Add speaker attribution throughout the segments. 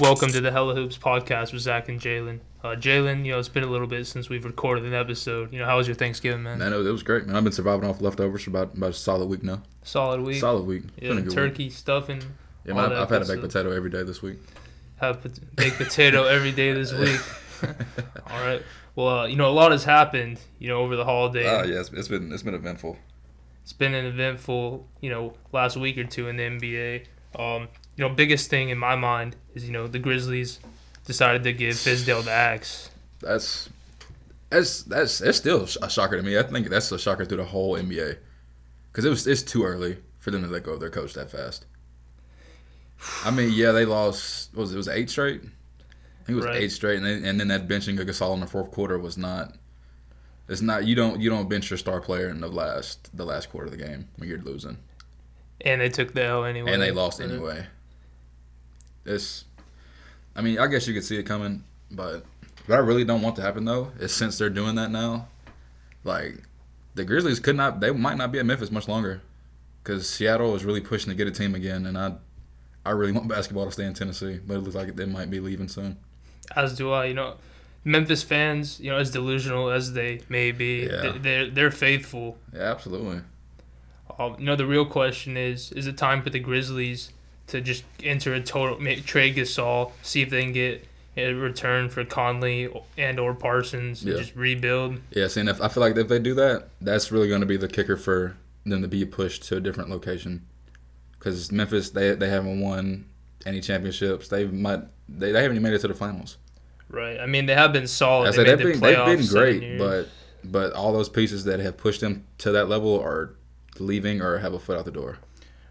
Speaker 1: Welcome to the Hella Hoops podcast with Zach and Jalen. Uh, Jalen, you know, it's been a little bit since we've recorded an episode. You know, how was your Thanksgiving, man?
Speaker 2: Man, it was great, man. I've been surviving off leftovers for about, about a solid week now.
Speaker 1: Solid week.
Speaker 2: Solid week. It's
Speaker 1: yeah,
Speaker 2: been a good week.
Speaker 1: turkey stuffing.
Speaker 2: Yeah,
Speaker 1: all
Speaker 2: man, I've,
Speaker 1: that
Speaker 2: I've had a
Speaker 1: good
Speaker 2: baked potato every day this week.
Speaker 1: Have pot- baked potato every day this week. All right. Well, uh, you know, a lot has happened. You know, over the holiday.
Speaker 2: Ah, yeah, it's, it's been it's been eventful.
Speaker 1: It's been an eventful, you know, last week or two in the NBA. Um, you know, biggest thing in my mind is you know the Grizzlies decided to give Fizdale the axe.
Speaker 2: That's that's that's that's still a shocker to me. I think that's a shocker through the whole NBA because it was it's too early for them to let go of their coach that fast. I mean, yeah, they lost. What was it, it was eight straight? I think it was
Speaker 1: Right.
Speaker 2: eight straight, and, they, and then that benching of Gasol in the fourth quarter was not. It's not you don't you don't bench your star player in the last the last quarter of the game when you're losing.
Speaker 1: And they took the L anyway.
Speaker 2: and they lost
Speaker 1: Right.
Speaker 2: anyway. It's, I mean, I guess you could see it coming, but what I really don't want to happen though is since they're doing that now, like the Grizzlies could not, they might not be at Memphis much longer, because Seattle is really pushing to get a team again, and I, I really want basketball to stay in Tennessee, but it looks like they might be leaving soon.
Speaker 1: as do I. You know, Memphis fans, you know, as delusional as they may be,
Speaker 2: Yeah.
Speaker 1: th- they're they're faithful.
Speaker 2: Yeah, absolutely.
Speaker 1: Um, you know, the real question is: Is it time for the Grizzlies to just enter a total ma- trade Gasol, see if they can get a return for Conley and or Parsons, and
Speaker 2: Yeah.
Speaker 1: just rebuild?
Speaker 2: Yeah, see, and if I feel like if they do that, that's really going to be the kicker for them to be pushed to a different location. Because Memphis, they they haven't won any championships. They might they, they haven't even made it to the finals.
Speaker 1: Right. I mean, they have been solid.
Speaker 2: I
Speaker 1: they
Speaker 2: said
Speaker 1: made
Speaker 2: they've
Speaker 1: the
Speaker 2: been
Speaker 1: playoffs.
Speaker 2: they've been
Speaker 1: seven
Speaker 2: great,
Speaker 1: years.
Speaker 2: but but all those pieces that have pushed them to that level are leaving or have a foot out the door.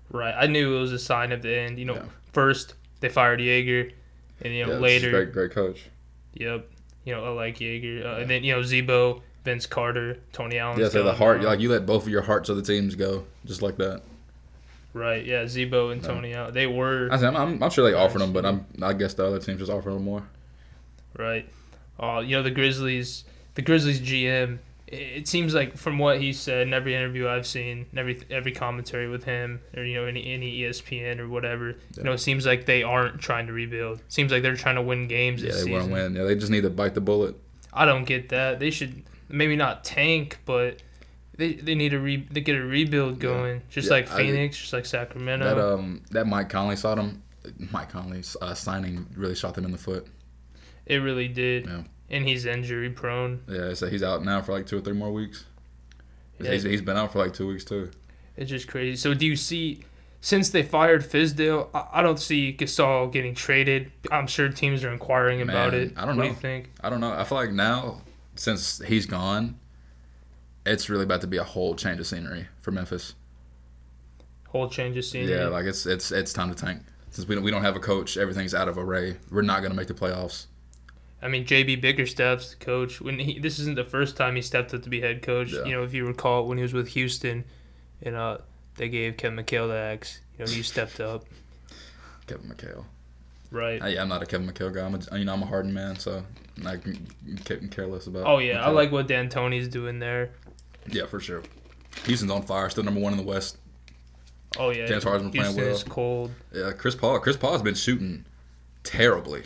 Speaker 1: right, I knew it was a sign of the end. You know,
Speaker 2: Yeah.
Speaker 1: first they fired Jaeger, and you know
Speaker 2: Yeah, this is
Speaker 1: later,
Speaker 2: great great coach.
Speaker 1: yep, you know I like Jaeger, uh, and then you know Zebo, Vince Carter, Tony Allen.
Speaker 2: Yeah, so the heart like you let both of your hearts of the teams go just like that.
Speaker 1: Right, yeah, Zebo and Tony Allen. They were
Speaker 2: I said, I'm, I'm, I'm sure they offered them, but I'm I guess the other teams just offered them more.
Speaker 1: right. Uh, you know the Grizzlies. The Grizzlies GM. It, it seems like from what he said in every interview I've seen, and every every commentary with him, or you know any any E ESPN or whatever, you know, it seems like they aren't trying to rebuild. seems like they're trying to win games
Speaker 2: Yeah,
Speaker 1: this
Speaker 2: they want
Speaker 1: season.
Speaker 2: to win. Yeah, they just need to bite the bullet.
Speaker 1: I don't get that. They should maybe not tank, but they they need to re they get a rebuild going, just
Speaker 2: Yeah,
Speaker 1: like
Speaker 2: I-
Speaker 1: Phoenix, just like Sacramento.
Speaker 2: That um that Mike Conley shot him. Mike Conley's uh, signing really shot them in the foot.
Speaker 1: it really did,
Speaker 2: Yeah.
Speaker 1: and he's injury prone.
Speaker 2: Yeah, so he's out now for like two or three more weeks.
Speaker 1: Yeah.
Speaker 2: He's, he's been out for like two weeks too.
Speaker 1: It's just crazy. So do you see, since they fired Fizdale, I, I don't see Gasol getting traded. I'm sure teams are inquiring about
Speaker 2: Man,
Speaker 1: it.
Speaker 2: I don't
Speaker 1: what do
Speaker 2: know.
Speaker 1: you think?
Speaker 2: I don't know. I feel like now since he's gone, it's really about to be a whole change of scenery for Memphis.
Speaker 1: Whole change of scenery.
Speaker 2: Yeah, like it's it's it's time to tank. Since we don't, we don't have a coach, everything's out of array. We're not gonna make the playoffs.
Speaker 1: I mean, JB Bickerstaff's the coach. When he this isn't the first time he stepped up to be head coach.
Speaker 2: Yeah.
Speaker 1: You know, if you recall when he was with Houston, and uh, they gave Kevin McHale the axe. You know, he stepped up.
Speaker 2: Kevin McHale.
Speaker 1: Right.
Speaker 2: I, yeah, I'm not a Kevin McHale guy. I'm a, you know I'm a Harden man, so I can can care less about.
Speaker 1: Oh yeah, I
Speaker 2: McHale.
Speaker 1: like what D'Antoni's doing there.
Speaker 2: Yeah, for sure. Houston's on fire, still number one in the West.
Speaker 1: Oh yeah.
Speaker 2: James Harden's been playing
Speaker 1: Houston
Speaker 2: well.
Speaker 1: is cold
Speaker 2: Yeah, Chris Paul. Chris Paul's been shooting terribly,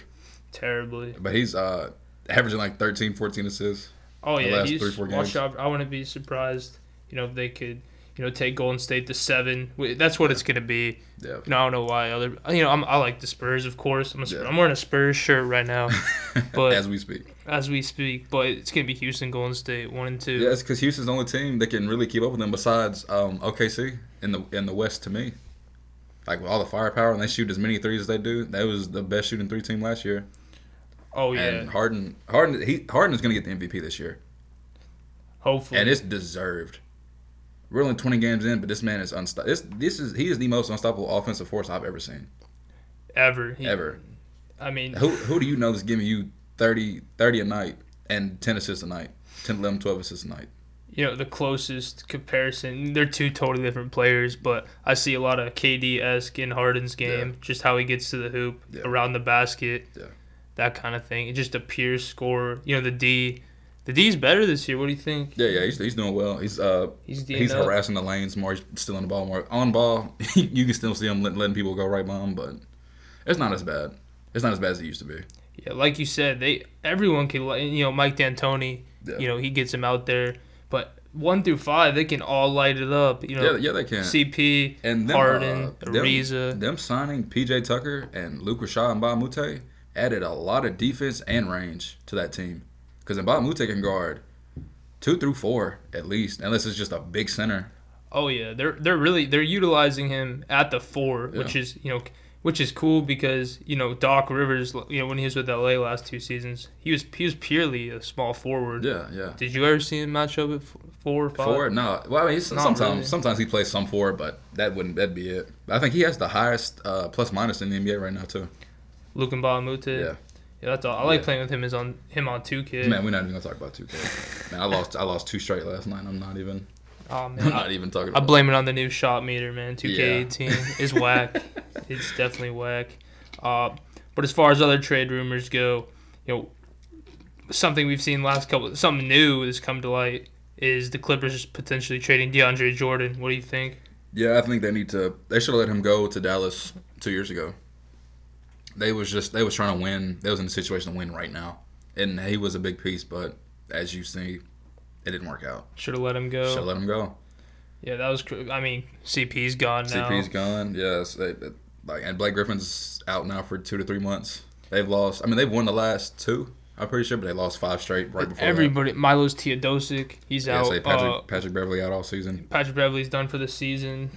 Speaker 1: terribly.
Speaker 2: but he's uh, averaging like 13, 14 assists.
Speaker 1: Oh
Speaker 2: The
Speaker 1: yeah,
Speaker 2: last
Speaker 1: he's
Speaker 2: three, four
Speaker 1: watch
Speaker 2: games.
Speaker 1: out. I wouldn't be surprised. You know, if they could, you know, take Golden State to seven. Wait, That's what it's gonna be.
Speaker 2: Yeah.
Speaker 1: You know, I don't know why other. You know, I'm, I like the Spurs, of course. I'm, a, Spurs-
Speaker 2: Yeah.
Speaker 1: I'm wearing a Spurs shirt right now. But-
Speaker 2: As we speak.
Speaker 1: as we speak, but it's gonna be Houston, Golden State, one and two.
Speaker 2: Yeah, it's because Houston's the only team that can really keep up with them besides um, OKC in the in the West to me. Like with all the firepower and they shoot as many threes as they do, that was the best shooting three team last year.
Speaker 1: Oh yeah,
Speaker 2: And Harden, Harden, he Harden is gonna get the MVP this year,
Speaker 1: hopefully.
Speaker 2: and it's deserved. We're only 20 games in, but this man is unstoppable. This, this is he is the most unstoppable offensive force I've ever seen,
Speaker 1: ever, he,
Speaker 2: ever.
Speaker 1: I mean,
Speaker 2: Who who do you know that's giving you 30, 30 a night and 10 assists a night? 10, 11, 12 assists a night.
Speaker 1: you know, the closest comparison. They're two totally different players, but I see a lot of KD esque in Harden's game, just how he gets to the hoop,
Speaker 2: Yeah.
Speaker 1: around the basket,
Speaker 2: Yeah.
Speaker 1: that kind of thing. It's just a pure scorer. You know, the D, the D's better this year. What do you think?
Speaker 2: Yeah, yeah, he's, he's doing well. He's uh
Speaker 1: He's D'ing
Speaker 2: he's
Speaker 1: up.
Speaker 2: harassing the lanes more. He's stealing the ball more. On ball, you can still see him letting, letting people go right by him, but it's not as bad. It's not as bad as it used to be.
Speaker 1: Yeah, like you said, they everyone can. li- You know, Mike D'Antoni.
Speaker 2: Yeah.
Speaker 1: You know, he gets him out there, but one through five, they can all light it up. You know,
Speaker 2: Yeah, yeah, they can.
Speaker 1: CP,
Speaker 2: and them,
Speaker 1: Harden,
Speaker 2: uh, them,
Speaker 1: Ariza.
Speaker 2: them signing PJ Tucker and Luke Rashad and Bamute added a lot of defense and range to that team. Because Bamute can guard two through four at least, unless it's just a big center.
Speaker 1: Oh yeah, they're they're really they're utilizing him at the four, which is you know which is cool because you know Doc Rivers, you know when he was with LA last two seasons, he was he was purely a small forward.
Speaker 2: Yeah, yeah.
Speaker 1: Did you ever see him match up at f- four or five?
Speaker 2: Four? No. Well, I mean,
Speaker 1: Not
Speaker 2: sometimes
Speaker 1: really.
Speaker 2: sometimes he plays some four, but that wouldn't that'd be it. I think he has the highest uh, plus minus in the NBA right now too.
Speaker 1: Luke and Bahamute.
Speaker 2: Yeah.
Speaker 1: yeah, that's all. I like
Speaker 2: Yeah.
Speaker 1: playing with him is on him on two K.
Speaker 2: Man, we're not even gonna talk about two K. Man, I lost I lost two straight last night. I'm not even
Speaker 1: Oh man,
Speaker 2: I'm
Speaker 1: I,
Speaker 2: not even talking.
Speaker 1: I
Speaker 2: About
Speaker 1: blame it on the new shot meter, man. 2K18
Speaker 2: Yeah.
Speaker 1: is whack. it's definitely whack. Uh, but as far as other trade rumors go, you know, something we've seen last couple, something new that's come to light is the Clippers potentially trading DeAndre Jordan. What do you think?
Speaker 2: Yeah, I think they need to. They should have let him go to Dallas two years ago. They was just they was trying to win. They was in a situation to win right now, and he was a big piece. But as you see, it didn't work out.
Speaker 1: Should have let him
Speaker 2: Should have
Speaker 1: go.
Speaker 2: let him go.
Speaker 1: Yeah, that was. cr- I mean, CP's gone now.
Speaker 2: CP's gone. Yes, they, they- like and Blake Griffin's out now for two to three months. They've lost. I mean, they've won the last two. I'm pretty sure, but they lost five straight right before. that.
Speaker 1: Everybody, Milos Teodosic, he's
Speaker 2: Yeah,
Speaker 1: out.
Speaker 2: say Patrick
Speaker 1: Uh,
Speaker 2: Patrick Beverly out all season.
Speaker 1: Patrick Beverly's done for the season.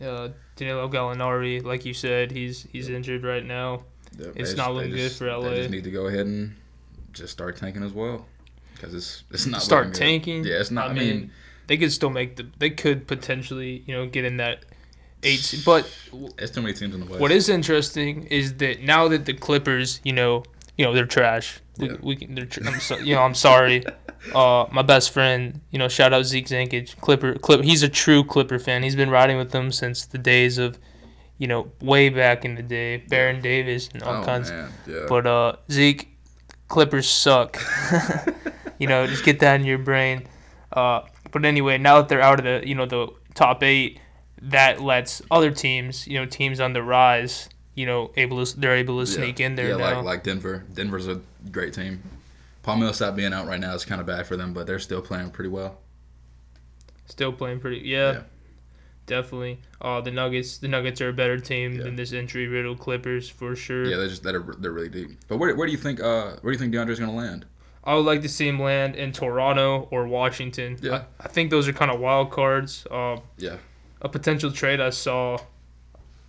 Speaker 1: Yeah. Uh, Danilo Gallinari, like you said, he's he's injured right now.
Speaker 2: Yeah, they
Speaker 1: It's
Speaker 2: just-
Speaker 1: not
Speaker 2: they
Speaker 1: looking good
Speaker 2: just-
Speaker 1: for
Speaker 2: They
Speaker 1: LA.
Speaker 2: just need to go ahead and just start tanking as well, because it's it's not
Speaker 1: start
Speaker 2: looking good.
Speaker 1: tanking.
Speaker 2: Yeah, it's not. I,
Speaker 1: I
Speaker 2: mean,
Speaker 1: mean, they could still make the. They could potentially, you know, get in that eight. seed. But w-
Speaker 2: it's too many teams in the West.
Speaker 1: what is interesting is that now that the Clippers, you know, you know they're trash. We,
Speaker 2: Yeah.
Speaker 1: we can. They're. Tr- I'm so, you know. I'm sorry. Uh, my best friend, you know, shout out Zeke Zankic, Clipper. Clip. He's a true Clipper fan. He's been riding with them since the days of, you know, way back in the day, Baron Davis and all
Speaker 2: oh,
Speaker 1: kinds.
Speaker 2: man. Yeah.
Speaker 1: But uh, Zeke, Clippers suck. you know, just get that in your brain. Uh, but anyway, now that they're out of the you know the top eight, that lets other teams, you know, teams on the rise, you know, able to they're able to
Speaker 2: Yeah.
Speaker 1: sneak in there
Speaker 2: Yeah,
Speaker 1: now.
Speaker 2: like like Denver. Denver's a great team. Paul Millsap being out right now is kind of bad for them, but they're still playing pretty well.
Speaker 1: Still playing pretty, yeah,
Speaker 2: Yeah.
Speaker 1: definitely. Uh, the Nuggets, the Nuggets are a better team
Speaker 2: Yeah.
Speaker 1: than this injury riddled Clippers for sure.
Speaker 2: Yeah, they're just they're, they're really deep. But where, where do you think uh where do you think DeAndre's gonna land?
Speaker 1: I would like to see him land in Toronto or Washington.
Speaker 2: Yeah.
Speaker 1: I, I think those are kind of wild cards. Uh,
Speaker 2: Yeah.
Speaker 1: a potential trade I saw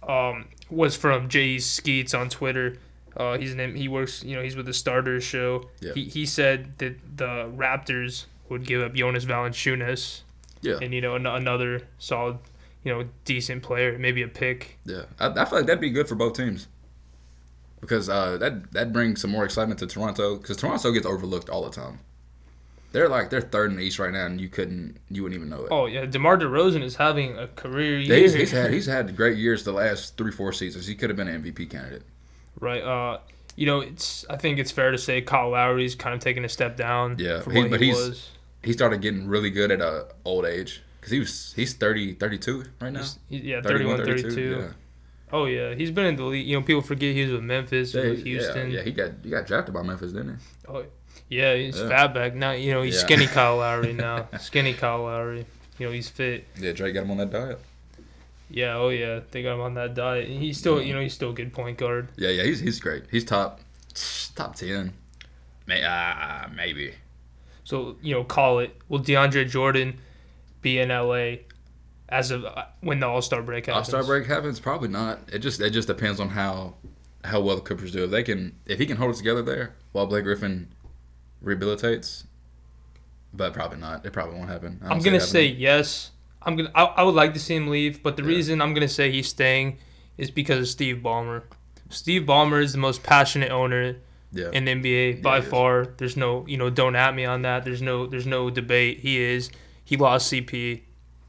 Speaker 1: um, was from Jay Skeets on Twitter. Uh, he's an, he works you know he's with the Starters show.
Speaker 2: Yeah.
Speaker 1: He he said that the Raptors would give up Jonas Valanciunas
Speaker 2: Yeah.
Speaker 1: and you know an, another solid you know decent player maybe a pick.
Speaker 2: Yeah, I, I feel like that'd be good for both teams because uh, that that brings some more excitement to Toronto because Toronto gets overlooked all the time. They're like they're third in the East right now, and you couldn't you wouldn't even know it.
Speaker 1: Oh yeah, DeMar DeRozan is having a career
Speaker 2: Yeah,
Speaker 1: year.
Speaker 2: he's, he's had he's had great years the last three four seasons. He could have been an MVP candidate.
Speaker 1: right. Uh, you know it's I think it's fair to say Kyle Lowry's kind of taking a step down.
Speaker 2: Yeah,
Speaker 1: from
Speaker 2: he-
Speaker 1: what
Speaker 2: but
Speaker 1: he
Speaker 2: he's-
Speaker 1: was.
Speaker 2: He started getting really good at a old age because he was he's 30, 32 right now.
Speaker 1: He- yeah, 31, 32. Oh yeah, he's been in the league. You know, people forget he was with Memphis,
Speaker 2: Yeah,
Speaker 1: with
Speaker 2: yeah,
Speaker 1: Houston.
Speaker 2: Yeah,
Speaker 1: Yeah,
Speaker 2: he got he got drafted by Memphis, didn't he?
Speaker 1: he's
Speaker 2: Yeah.
Speaker 1: fat back now. You know, he's
Speaker 2: Yeah.
Speaker 1: skinny Kyle Lowry now. skinny Kyle Lowry. You know, he's fit.
Speaker 2: Yeah, Drake got him on that diet.
Speaker 1: Yeah, oh yeah, they got him on that diet. And He's still, you know, he's still a good point guard.
Speaker 2: Yeah, yeah, he's he's great. He's top top ten, May, uh, maybe.
Speaker 1: So you know, call it. Will DeAndre Jordan be in LA as of uh, when the All Star break
Speaker 2: All
Speaker 1: happens?
Speaker 2: star break happens, probably not. It just it just depends on how how well the Clippers do. If they can if he can hold it together there while Blake Griffin rehabilitates, but probably not. It probably won't happen. I don't
Speaker 1: I'm
Speaker 2: see it
Speaker 1: gonna say
Speaker 2: happening.
Speaker 1: yes. I'm gonna. I, I would like to see him leave, but the
Speaker 2: Yeah.
Speaker 1: reason I'm gonna say he's staying is because of Steve Ballmer. Steve Ballmer is the most passionate owner
Speaker 2: yeah.
Speaker 1: in the NBA by
Speaker 2: he is.
Speaker 1: far. There's no, you know, don't at me on that. There's no, there's no debate. He is. He lost CP.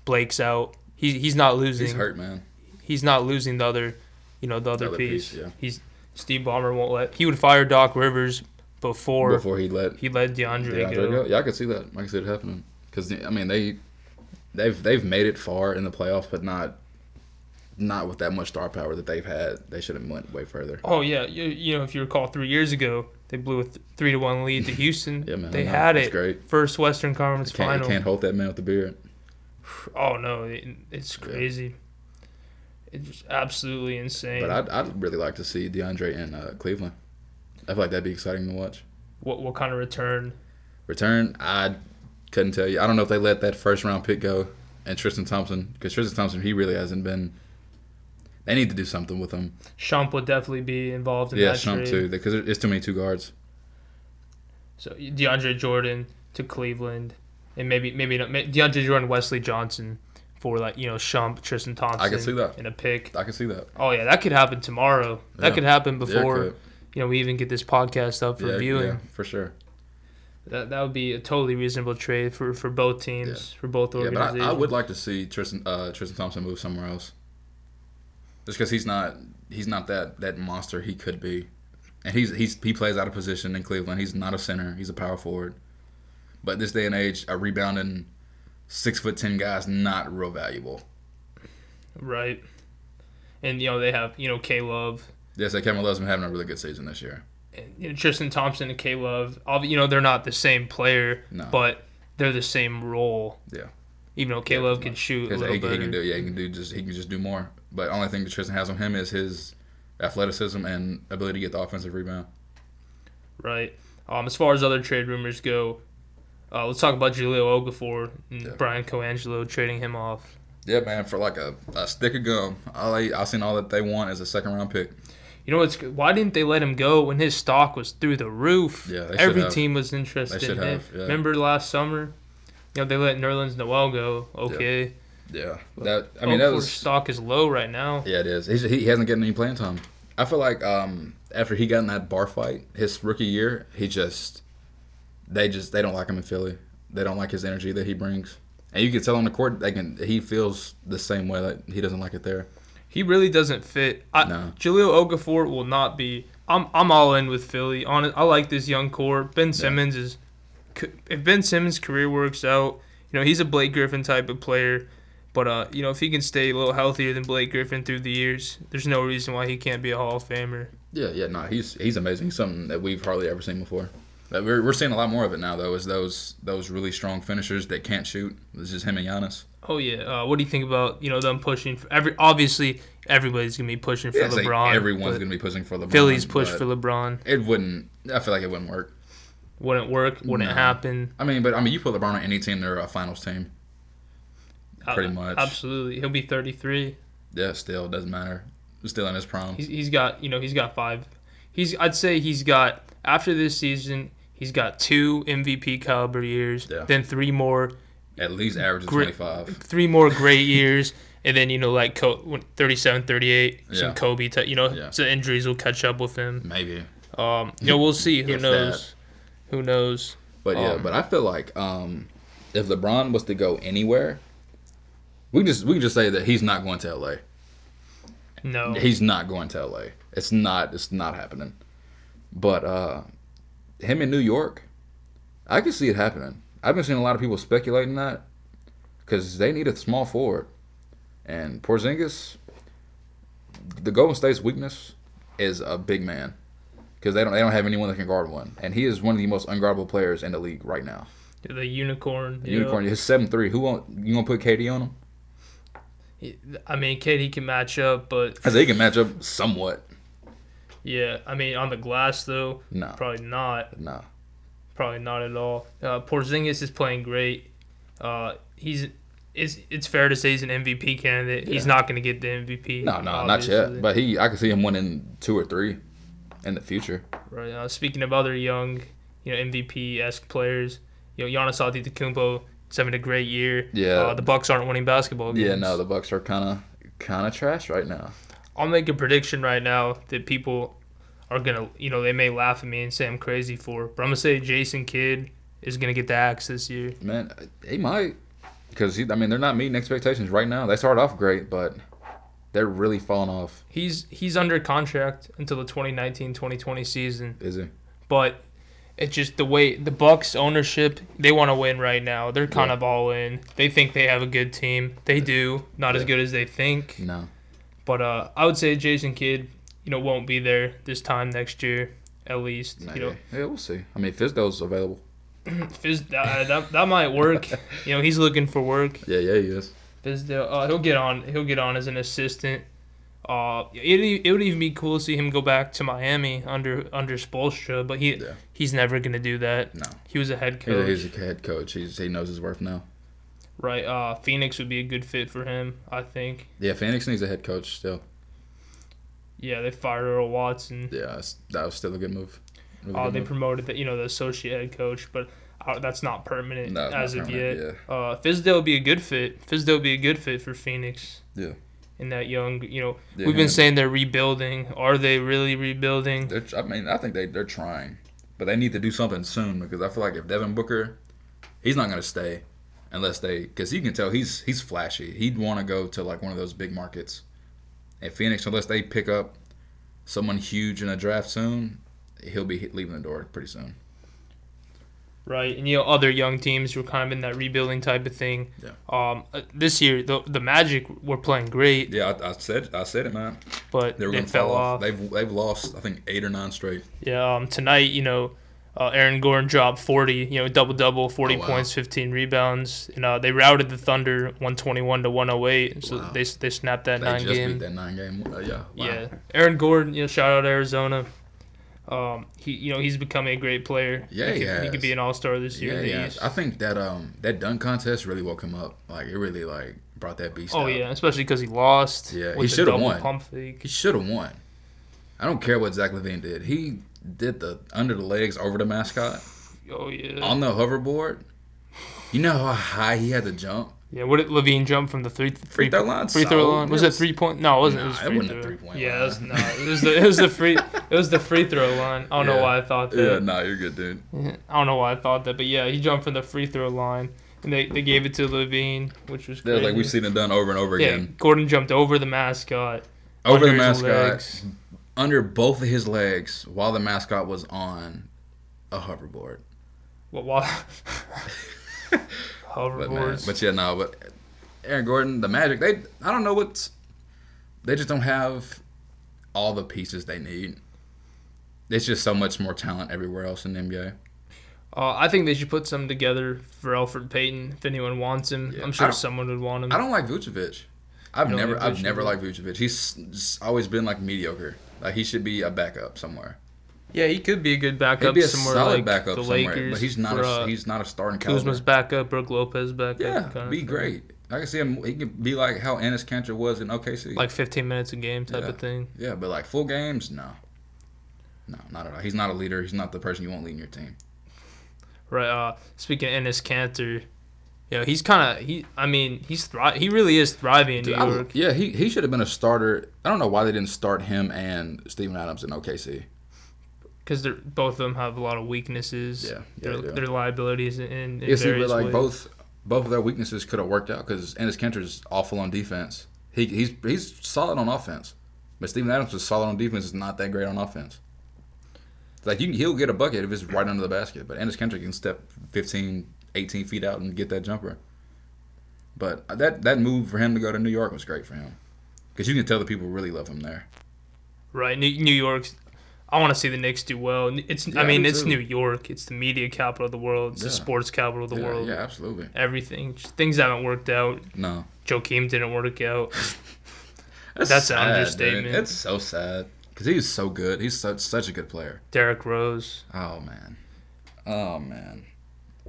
Speaker 1: Blake's out. He's he's not losing. He's,
Speaker 2: he's hurt, man.
Speaker 1: not losing the other, you know, the other,
Speaker 2: other
Speaker 1: piece.
Speaker 2: piece, yeah.
Speaker 1: He's Steve Ballmer won't let. He would fire Doc Rivers before,
Speaker 2: Before he let
Speaker 1: he let DeAndre,
Speaker 2: DeAndre
Speaker 1: go.
Speaker 2: go. Yeah, I could see that. I could see it happening. Because I mean they they've they've made it far in the playoffs, but not not with that much star power that they've had. They should have went way further.
Speaker 1: Oh yeah, you, you know if you recall three years ago they blew a th- three to one lead to Houston.
Speaker 2: Yeah, man, I
Speaker 1: they
Speaker 2: know.
Speaker 1: had
Speaker 2: It's
Speaker 1: it.
Speaker 2: great.
Speaker 1: First Western Conference
Speaker 2: Can't, you
Speaker 1: final.
Speaker 2: can't hold that man with the beard.
Speaker 1: Oh no, it, it's crazy. It's just absolutely insane.
Speaker 2: But I'd, I'd really like to see DeAndre in uh, Cleveland. I feel like that'd be exciting to watch.
Speaker 1: what what kind of return?
Speaker 2: Return, I couldn't tell you. I don't know if they let that first round pick go and Tristan Thompson because Tristan Thompson he really hasn't been. They need to do something with him.
Speaker 1: Shump would definitely be involved in
Speaker 2: yeah,
Speaker 1: that
Speaker 2: Shump
Speaker 1: trade.
Speaker 2: too because it's too many two guards.
Speaker 1: So DeAndre Jordan to Cleveland, and maybe maybe not, may- DeAndre Jordan, Wesley Johnson for like you know Shump, Tristan Thompson.
Speaker 2: see that.
Speaker 1: in a pick.
Speaker 2: I can see that.
Speaker 1: Oh yeah, that could happen tomorrow. That
Speaker 2: Yeah.
Speaker 1: could happen
Speaker 2: Yeah, it
Speaker 1: before
Speaker 2: could.
Speaker 1: you know we even get this podcast up for
Speaker 2: yeah,
Speaker 1: viewing.
Speaker 2: yeah, for sure.
Speaker 1: That that would be a totally reasonable trade for for both teams for both
Speaker 2: Yeah,
Speaker 1: organizations.
Speaker 2: but I, I would like to see Tristan uh, Tristan Thompson move somewhere else. Just because he's not he's not that that monster he could be, and he's he's he plays out of position in Cleveland. He's not a center. He's a power forward. But this day and age, a rebounding six foot ten guy is not real valuable.
Speaker 1: right. And you know they have you know K Love
Speaker 2: Yes, that Kevin Love's been having a really good season this year.
Speaker 1: and you know, Tristan Thompson and K Love. You know they're not the same player,
Speaker 2: No.
Speaker 1: but they're the same role.
Speaker 2: Yeah.
Speaker 1: Even though K Love can shoot a
Speaker 2: Because
Speaker 1: little
Speaker 2: he, he
Speaker 1: better.
Speaker 2: can do yeah he can do just he can just do more. But only thing that Tristan has on him is his athleticism and ability to get the offensive rebound.
Speaker 1: right? Um, as far as other trade rumors go, uh, let's talk about Julio Okafor and Brian Colangelo trading him off.
Speaker 2: Yeah, man, for like a, a stick of gum, all they, I seen all that they want is a second round pick.
Speaker 1: You know what's why didn't they let him go when his stock was through the roof?
Speaker 2: Yeah, they should
Speaker 1: every
Speaker 2: have.
Speaker 1: team was interested
Speaker 2: They should
Speaker 1: in him.
Speaker 2: have, yeah.
Speaker 1: Remember last summer? You know they let Nerlens Noel go. Okay,
Speaker 2: Yeah, Oh, that I
Speaker 1: I
Speaker 2: mean
Speaker 1: mean,
Speaker 2: that
Speaker 1: Okafor's
Speaker 2: was
Speaker 1: stock is low right now.
Speaker 2: yeah it is. He's, he hasn't gotten any playing time. I feel like um, after he got in that bar fight his rookie year, he just they just they don't like him in Philly. They don't like his energy that he brings, and you can tell on the court they can he feels the same way that he doesn't like it there.
Speaker 1: He really doesn't fit. I,
Speaker 2: No.
Speaker 1: Julio Okafor will not be. I'm I'm all in with Philly. On I like this young core. Ben Simmons is. c- If Ben Simmons' career works out, you know he's a Blake Griffin type of player. But uh, you know if he can stay a little healthier than Blake Griffin through the years, there's no reason why he can't be a Hall of Famer.
Speaker 2: Yeah, yeah, no, he's he's amazing. Something that we've hardly ever seen before. But we're, we're seeing a lot more of it now though. Is those those really strong finishers that can't shoot? This is him and Giannis.
Speaker 1: Oh yeah. Uh, what do you think about you know them pushing for every? Obviously, everybody's gonna be pushing for
Speaker 2: Yeah, it's like
Speaker 1: LeBron.
Speaker 2: everyone's
Speaker 1: but
Speaker 2: going to be pushing for LeBron.
Speaker 1: Philly's push
Speaker 2: but
Speaker 1: for LeBron
Speaker 2: It wouldn't. I feel like it wouldn't work.
Speaker 1: wouldn't work. Wouldn't
Speaker 2: No.
Speaker 1: happen.
Speaker 2: I mean, but I mean, you put LeBron on any team, they're a finals team.
Speaker 1: Uh,
Speaker 2: Pretty much.
Speaker 1: Absolutely. He'll be 33.
Speaker 2: Yeah, still doesn't matter. Still in his prime.
Speaker 1: He's, he's got you know he's got five. He's I'd say he's got after this season he's got two MVP caliber years,
Speaker 2: Yeah.
Speaker 1: then three more
Speaker 2: At least averages
Speaker 1: Gri-
Speaker 2: twenty five.
Speaker 1: three more great years, and then you know like Co- when- 37, 38,
Speaker 2: Yeah.
Speaker 1: some Kobe. T- you know
Speaker 2: Yeah.
Speaker 1: so injuries will catch up with him.
Speaker 2: Maybe.
Speaker 1: Um, you know we'll see. Who
Speaker 2: If
Speaker 1: knows? Who knows?
Speaker 2: But yeah,
Speaker 1: Um,
Speaker 2: but I feel like um, if LeBron was to go anywhere, we can just we can just say that he's not going to LA.
Speaker 1: No.
Speaker 2: He's not going to LA. It's not. It's not happening. But uh, him in New York, I can see it happening. I've been seeing a lot of people speculating that because they need a small forward, and Porzingis. The Golden State's weakness is a big man because they don't they don't have anyone that can guard one, and he is one of the most unguardable players in the league right now.
Speaker 1: the unicorn. you know.
Speaker 2: Unicorn, he's seven three. Who won't you gonna put KD on him?
Speaker 1: He- I mean, Katie can match up, but
Speaker 2: I say he can match up somewhat.
Speaker 1: yeah, I mean on the glass though,
Speaker 2: No,
Speaker 1: probably not.
Speaker 2: no.
Speaker 1: Probably not at all. Uh, Porzingis is playing great. Uh, he's it's it's fair to say he's an MVP candidate. He's not going to get the MVP.
Speaker 2: No, no, not
Speaker 1: obviously.
Speaker 2: yet. But he, I can see him winning two or three in the future.
Speaker 1: right. Uh, speaking of other young, you know, MVP esque players, you know, Giannis Antetokounmpo is having a great year.
Speaker 2: Yeah.
Speaker 1: Uh, the Bucks aren't winning basketball games.
Speaker 2: Yeah, no, the Bucks are kind of kind of trash right now.
Speaker 1: I'll make a prediction right now that people are gonna, you know, they may laugh at me and say I'm crazy for, it, but I'm gonna say Jason Kidd is gonna get the axe this year.
Speaker 2: Man, he might because I mean they're not meeting expectations right now. They started off great, but they're really falling off.
Speaker 1: He's he's under contract until the 2019-2020 season.
Speaker 2: Is he?
Speaker 1: but it's just the way the Bucks ownership they want to win right now. They're kind
Speaker 2: Yeah.
Speaker 1: of all in. They think they have a good team. They do, not as
Speaker 2: Yeah.
Speaker 1: good as they think.
Speaker 2: No.
Speaker 1: But uh, I would say Jason Kidd, you know, won't be there this time next year, at least.
Speaker 2: Maybe.
Speaker 1: You know,
Speaker 2: Yeah, we'll see. I mean, Fisdo's available.
Speaker 1: Fizz, that, that, that might work. you know, he's looking for work.
Speaker 2: Yeah, yeah, he is.
Speaker 1: Fizdale, uh, he'll get on. He'll get on as an assistant. Uh, it it would even be cool to see him go back to Miami under under Spolstra, but he
Speaker 2: Yeah.
Speaker 1: he's never gonna do that.
Speaker 2: No,
Speaker 1: He was a head
Speaker 2: he's a,
Speaker 1: coach,
Speaker 2: he's a head coach. He's, he knows his worth now.
Speaker 1: right? Uh, Phoenix would be a good fit for him, I think.
Speaker 2: Yeah, Phoenix needs a head coach still.
Speaker 1: Yeah, they fired Earl Watson.
Speaker 2: Yeah, that's- that was still a good move. Really
Speaker 1: Uh,
Speaker 2: good
Speaker 1: they
Speaker 2: move.
Speaker 1: promoted the you know the associate head coach, but uh, that's not permanent
Speaker 2: No, it's not
Speaker 1: as of
Speaker 2: permanent,
Speaker 1: yet. Uh, Fizdale would be a good fit. Fizdale would be a good fit for Phoenix.
Speaker 2: Yeah.
Speaker 1: In that young, you know,
Speaker 2: Yeah,
Speaker 1: we've been
Speaker 2: him.
Speaker 1: saying they're rebuilding. Are they really rebuilding?
Speaker 2: They're, I mean, I think they they're trying, but they need to do something soon because I feel like if Devin Booker, he's not gonna stay unless they because you can tell he's he's flashy. He'd want to go to like one of those big markets, and Phoenix unless they pick up someone huge in a draft soon, he'll be hit- leaving the door pretty soon.
Speaker 1: Right, and you know other young teams were kind of in that rebuilding type of thing.
Speaker 2: Yeah.
Speaker 1: Um, uh, this year the the Magic were playing great,
Speaker 2: Yeah, I, I said I said it, man.
Speaker 1: but
Speaker 2: They
Speaker 1: they,
Speaker 2: were gonna
Speaker 1: fell
Speaker 2: fall off.
Speaker 1: off.
Speaker 2: They've they've lost I think eight or nine straight.
Speaker 1: yeah. Um, tonight, you know, uh, Aaron Gordon dropped forty. You know, double double, forty
Speaker 2: Oh, wow.
Speaker 1: points, fifteen rebounds, and uh, they routed the Thunder one twenty one to one hundred eight. So
Speaker 2: Wow.
Speaker 1: they they snapped that
Speaker 2: They
Speaker 1: nine
Speaker 2: just
Speaker 1: game.
Speaker 2: beat that nine game. Uh, yeah, wow.
Speaker 1: Yeah, Aaron Gordon. You know, shout out Arizona. Um, he you know he's becoming a great player.
Speaker 2: Yeah,
Speaker 1: he,
Speaker 2: he
Speaker 1: could, he
Speaker 2: has.
Speaker 1: could be an all star this year.
Speaker 2: Yeah,
Speaker 1: in the
Speaker 2: yeah.
Speaker 1: East.
Speaker 2: I think that um that dunk contest really woke him up. Like it really like brought that beast.
Speaker 1: Oh
Speaker 2: out.
Speaker 1: yeah, especially because he lost.
Speaker 2: Yeah, he
Speaker 1: with the
Speaker 2: should've
Speaker 1: double
Speaker 2: won.
Speaker 1: Pump fake.
Speaker 2: He should have won. I don't care what Zach Levine did. He did the under the legs over the mascot
Speaker 1: Oh yeah.
Speaker 2: on the hoverboard. You know how high he had to jump.
Speaker 1: yeah. What did Levine jump from the three
Speaker 2: Free throw line.
Speaker 1: Free throw
Speaker 2: solid.
Speaker 1: line was it three point? No, it wasn't. it
Speaker 2: Nah,
Speaker 1: was
Speaker 2: it
Speaker 1: free
Speaker 2: wasn't a
Speaker 1: throw.
Speaker 2: three-point
Speaker 1: yeah,
Speaker 2: line.
Speaker 1: it was, no, it was the it was the free it was the free throw line. I don't know
Speaker 2: Yeah.
Speaker 1: why I thought
Speaker 2: Yeah,
Speaker 1: that.
Speaker 2: nah, you're good, dude.
Speaker 1: I don't know why I thought that, but yeah, he jumped from the free throw line, and they, they gave it to Levine, which was
Speaker 2: That was
Speaker 1: crazy.
Speaker 2: like we've seen it done over and over
Speaker 1: yeah,
Speaker 2: again.
Speaker 1: Gordon jumped over the mascot.
Speaker 2: Over the
Speaker 1: under his
Speaker 2: mascot,
Speaker 1: legs.
Speaker 2: under both of his legs, while the mascot was on a hoverboard.
Speaker 1: What? Wow.
Speaker 2: But, man,
Speaker 1: Hoverboards.
Speaker 2: but yeah, no, but Aaron Gordon, the Magic, they I don't know what's they just don't have all the pieces they need. There's just so much more talent everywhere else in the NBA.
Speaker 1: Uh, I think they should put some together for Alfred Payton if anyone wants him.
Speaker 2: Yeah.
Speaker 1: I'm
Speaker 2: I
Speaker 1: sure
Speaker 2: don't-
Speaker 1: someone would want him.
Speaker 2: I don't like Vucevic. I've
Speaker 1: You don't
Speaker 2: never
Speaker 1: like
Speaker 2: I've never
Speaker 1: Vucevic?
Speaker 2: liked Vucevic. He's just always been like mediocre. Like he should be a backup somewhere.
Speaker 1: yeah, he could be a good
Speaker 2: He'd
Speaker 1: backup
Speaker 2: be a
Speaker 1: somewhere
Speaker 2: solid
Speaker 1: like
Speaker 2: backup
Speaker 1: the
Speaker 2: somewhere,
Speaker 1: Lakers.
Speaker 2: but he's not
Speaker 1: for,
Speaker 2: a
Speaker 1: uh,
Speaker 2: he's not a starting caliber.
Speaker 1: Kuzma's backup, Brooke Lopez backup.
Speaker 2: yeah,
Speaker 1: kinda
Speaker 2: be
Speaker 1: thing.
Speaker 2: great. I can see him. He could be like how Anis Kanter was in OKC.
Speaker 1: Like 15 minutes a game type
Speaker 2: Yeah.
Speaker 1: of thing.
Speaker 2: Yeah, but like full games, no. No, not at all. He's not a leader. He's not the person you want leading your team.
Speaker 1: Right. Uh, speaking of Ennis Cantor, you know, he's kind of he. I mean, he's thri- He really is thriving in
Speaker 2: Dude,
Speaker 1: New
Speaker 2: I-
Speaker 1: York.
Speaker 2: yeah, he, he should have been a starter. I don't know why they didn't start him and Steven Adams in OKC.
Speaker 1: because they're both of them have a lot of weaknesses.
Speaker 2: Yeah, yeah,
Speaker 1: their,
Speaker 2: they do.
Speaker 1: their liabilities in, in
Speaker 2: Yeah, see, but
Speaker 1: various
Speaker 2: like
Speaker 1: ways.
Speaker 2: both both of their weaknesses could have worked out because Ennis Kenter's awful on defense. He he's he's solid on offense, but Steven Adams is solid on defense. Is not that great on offense. Like you, can- he'll get a bucket if it's right under the basket, but Ennis Kenter can step 15, 18 feet out and get that jumper. But uh, that that move for him to go to New York was great for him, because you can tell the people really love him there.
Speaker 1: Right, New, New York's. I want to see the Knicks do well. It's.
Speaker 2: Yeah,
Speaker 1: I mean,
Speaker 2: me
Speaker 1: it's
Speaker 2: too.
Speaker 1: New York. It's the media capital of the world. It's the
Speaker 2: Yeah.
Speaker 1: sports capital of the
Speaker 2: yeah,
Speaker 1: world.
Speaker 2: yeah, absolutely.
Speaker 1: Everything. Just, things haven't worked out.
Speaker 2: No,
Speaker 1: Joakim didn't work out. That's an
Speaker 2: sad, dude.
Speaker 1: understatement.
Speaker 2: It's so sad because he was so good. He's such such a good player.
Speaker 1: Derrick Rose.
Speaker 2: Oh man. Oh man.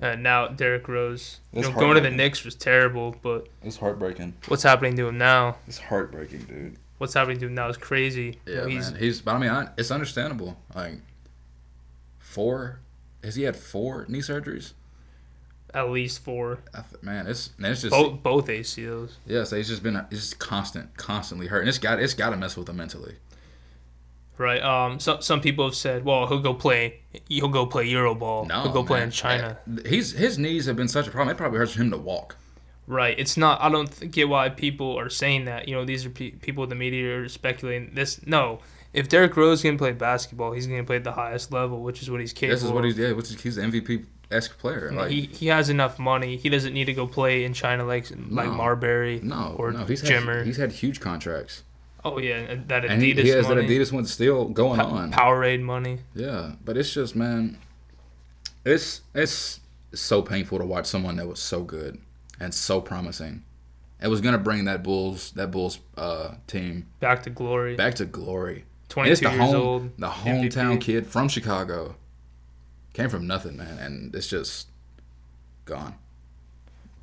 Speaker 1: Uh, now Derrick Rose. You
Speaker 2: That's
Speaker 1: know, going to the
Speaker 2: heartbreaking.
Speaker 1: Knicks was terrible, but
Speaker 2: It's heartbreaking.
Speaker 1: what's happening to him now?
Speaker 2: It's heartbreaking, dude.
Speaker 1: What's happening to him now is crazy. You
Speaker 2: Yeah,
Speaker 1: know, he's
Speaker 2: man. He's but I mean, I, it's understandable. Like four has he had four knee surgeries?
Speaker 1: at least four.
Speaker 2: I th- man, it's and it's just
Speaker 1: Both both ACLs.
Speaker 2: yeah, so he's just been it's just constant, constantly hurt. And it's got it's got to mess with him mentally.
Speaker 1: Right. Um. Some some people have said, well, he'll go play. He'll go play Euroball.
Speaker 2: No,
Speaker 1: he'll go play
Speaker 2: man.
Speaker 1: in China.
Speaker 2: Eh, He's his knees have been such a problem. It probably hurts him to walk.
Speaker 1: Right. It's not. I don't th- get why people are saying that. You know, these are pe- people in the media are speculating this. No. If Derrick Rose can play basketball, he's going to play at the highest level, which is what he's capable.
Speaker 2: This is what he's yeah, which is, he's the MVP esque player.
Speaker 1: of.
Speaker 2: Like
Speaker 1: he he has enough money. He doesn't need to go play in China like like
Speaker 2: No.
Speaker 1: Marbury
Speaker 2: no,
Speaker 1: or
Speaker 2: no, he's had,
Speaker 1: Jimmer.
Speaker 2: he's had huge contracts.
Speaker 1: Oh yeah, and that Adidas
Speaker 2: and he, he has
Speaker 1: money,
Speaker 2: that Adidas one still going
Speaker 1: Pa-
Speaker 2: on.
Speaker 1: Powerade money.
Speaker 2: Yeah, but it's just man, it's it's so painful to watch someone that was so good and so promising. It was gonna bring that Bulls that Bulls uh, team
Speaker 1: Back to glory.
Speaker 2: back to glory. And it's
Speaker 1: 22
Speaker 2: the
Speaker 1: years
Speaker 2: home
Speaker 1: old.
Speaker 2: the hometown
Speaker 1: MVP.
Speaker 2: kid from Chicago came from nothing, man, and it's just gone,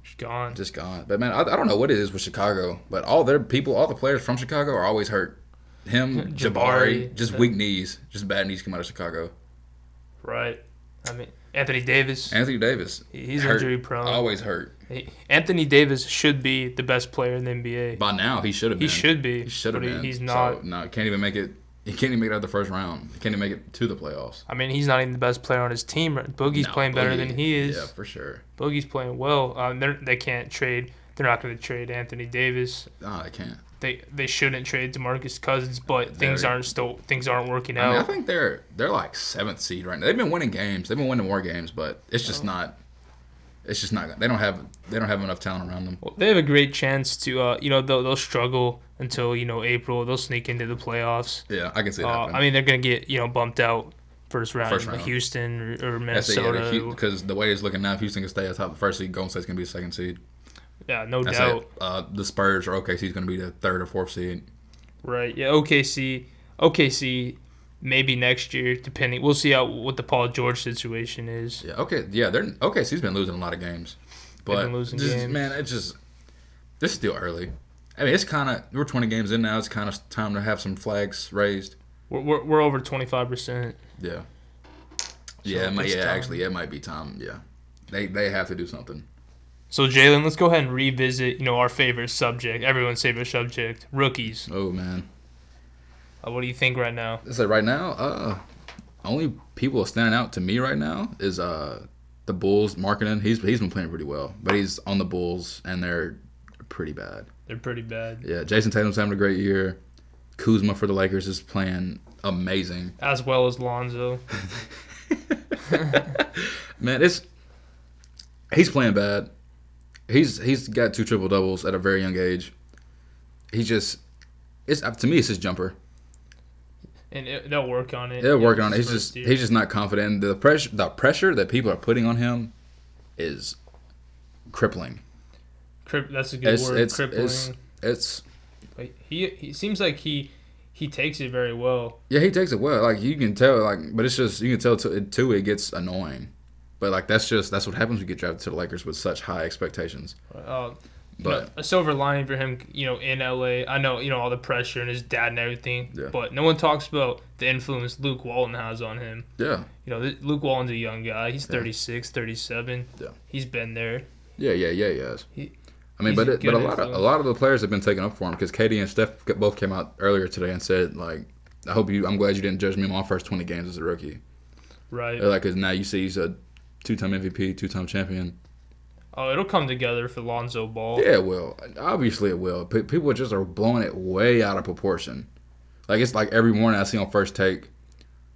Speaker 1: She's gone.
Speaker 2: just gone. But man, I, I don't know what it is with Chicago, but all their people, all the players from Chicago are always hurt. Him, Jabari,
Speaker 1: Jabari, uh,
Speaker 2: just
Speaker 1: yeah.
Speaker 2: weak knees, just bad knees come out of Chicago.
Speaker 1: Right. I mean, Anthony Davis.
Speaker 2: Anthony Davis,
Speaker 1: He's
Speaker 2: hurt. Oh.
Speaker 1: injury prone.
Speaker 2: always hurt.
Speaker 1: He- Anthony Davis should be the best player in the NBA.
Speaker 2: By now, he should have
Speaker 1: he
Speaker 2: been.
Speaker 1: should be.
Speaker 2: He should have
Speaker 1: but he-
Speaker 2: been.
Speaker 1: He's
Speaker 2: So,
Speaker 1: not.
Speaker 2: no, can't even make it. He can't even make it out of the first round. He can't even make it to the playoffs.
Speaker 1: I mean, he's not even the best player on his team. right? Boogie's
Speaker 2: No,
Speaker 1: playing better
Speaker 2: Boogie-
Speaker 1: than he is.
Speaker 2: Yeah, for sure.
Speaker 1: Boogie's playing well. Um, they're- they can't trade. They're not going to trade Anthony Davis.
Speaker 2: No, they can't.
Speaker 1: They they shouldn't trade DeMarcus Cousins, but things
Speaker 2: Very-
Speaker 1: aren't still things aren't working
Speaker 2: I,
Speaker 1: out.
Speaker 2: mean, I think they're they're like seventh seed right now. They've been winning games. They've been winning more games, but it's just not. It's just not. They don't have. They don't have enough talent around them.
Speaker 1: Well, they have a great chance to, uh, you know, they'll, they'll struggle until you know April. They'll sneak into the playoffs.
Speaker 2: Yeah, I can see that.
Speaker 1: Uh, I mean, they're gonna get you know bumped out first round,
Speaker 2: First
Speaker 1: by
Speaker 2: round.
Speaker 1: Houston or, or Minnesota. Yeah,
Speaker 2: because the way it's looking now, if Houston can stay atop the first seed, Golden State's gonna be the second seed.
Speaker 1: no
Speaker 2: That's
Speaker 1: doubt.
Speaker 2: it. Uh, the Spurs or OKC's gonna be the third or fourth seed.
Speaker 1: Right. Yeah. OKC. OKC. Maybe next year, depending. We'll see how what the Paul George situation is.
Speaker 2: Yeah. Okay. Yeah. They're okay. She's been losing a lot of games, but
Speaker 1: been losing
Speaker 2: just,
Speaker 1: games.
Speaker 2: man, it's just this is still early. I mean, it's kind of we're 20 games in now. It's kind of time to have some flags raised.
Speaker 1: We're we're, we're over twenty five percent.
Speaker 2: Yeah. yeah. It might,
Speaker 1: it's
Speaker 2: yeah.
Speaker 1: time.
Speaker 2: Actually, it might be time. Yeah. They they have to do something.
Speaker 1: So Jalen, let's go ahead and revisit. You know our favorite subject, everyone's favorite subject, rookies.
Speaker 2: Oh man.
Speaker 1: Uh, what do you think right now?
Speaker 2: So right now, uh, only people standing out to me right now is uh the Bulls marketing. He's he's been playing pretty well, but he's on the Bulls and they're pretty bad.
Speaker 1: They're pretty bad.
Speaker 2: Yeah, Jason Tatum's having a great year. Kuzma for the Lakers is playing amazing.
Speaker 1: As well as Lonzo.
Speaker 2: Man, it's he's playing bad. He's he's got two triple doubles at a very young age. He just it's to me it's his jumper.
Speaker 1: and it, they'll work on it.
Speaker 2: They're working on it.
Speaker 1: It's
Speaker 2: He's
Speaker 1: his
Speaker 2: just
Speaker 1: first year.
Speaker 2: he's just not confident. The pressure the pressure that people are putting on him is crippling.
Speaker 1: Crip, that's a good
Speaker 2: It's
Speaker 1: word.
Speaker 2: it's
Speaker 1: crippling.
Speaker 2: it's it's
Speaker 1: Like, he he seems like he he takes it very well.
Speaker 2: yeah, he takes it well. Like you can tell, like, but it's just you can tell to, too. It gets annoying, but like that's just that's what happens when you get drafted to the Lakers with such high expectations.
Speaker 1: Uh, you know,
Speaker 2: But
Speaker 1: a silver lining for him, you know, in LA. I know, you know, all the pressure and his dad and everything,
Speaker 2: Yeah.
Speaker 1: but no one talks about the influence Luke Walton has on him.
Speaker 2: yeah,
Speaker 1: You know, th- Luke Walton's a young guy. He's 36, 37.
Speaker 2: Yeah.
Speaker 1: He's been there.
Speaker 2: yeah, yeah, yeah, yeah.
Speaker 1: He-
Speaker 2: I mean,
Speaker 1: he's
Speaker 2: but
Speaker 1: a
Speaker 2: it, but a
Speaker 1: good
Speaker 2: lot of a
Speaker 1: influence.
Speaker 2: lot of the players have been taken up for him because Katie and Steph both came out earlier today and said like, I hope you. I'm glad you didn't judge me on my first 20 games as a rookie.
Speaker 1: Right.
Speaker 2: They're like, cause now you see he's a two-time MVP, two-time champion.
Speaker 1: oh, it'll come together for Lonzo Ball.
Speaker 2: Yeah, it will. Obviously, it will. Pe- People just are blowing it way out of proportion. Like it's like every morning I see on first take,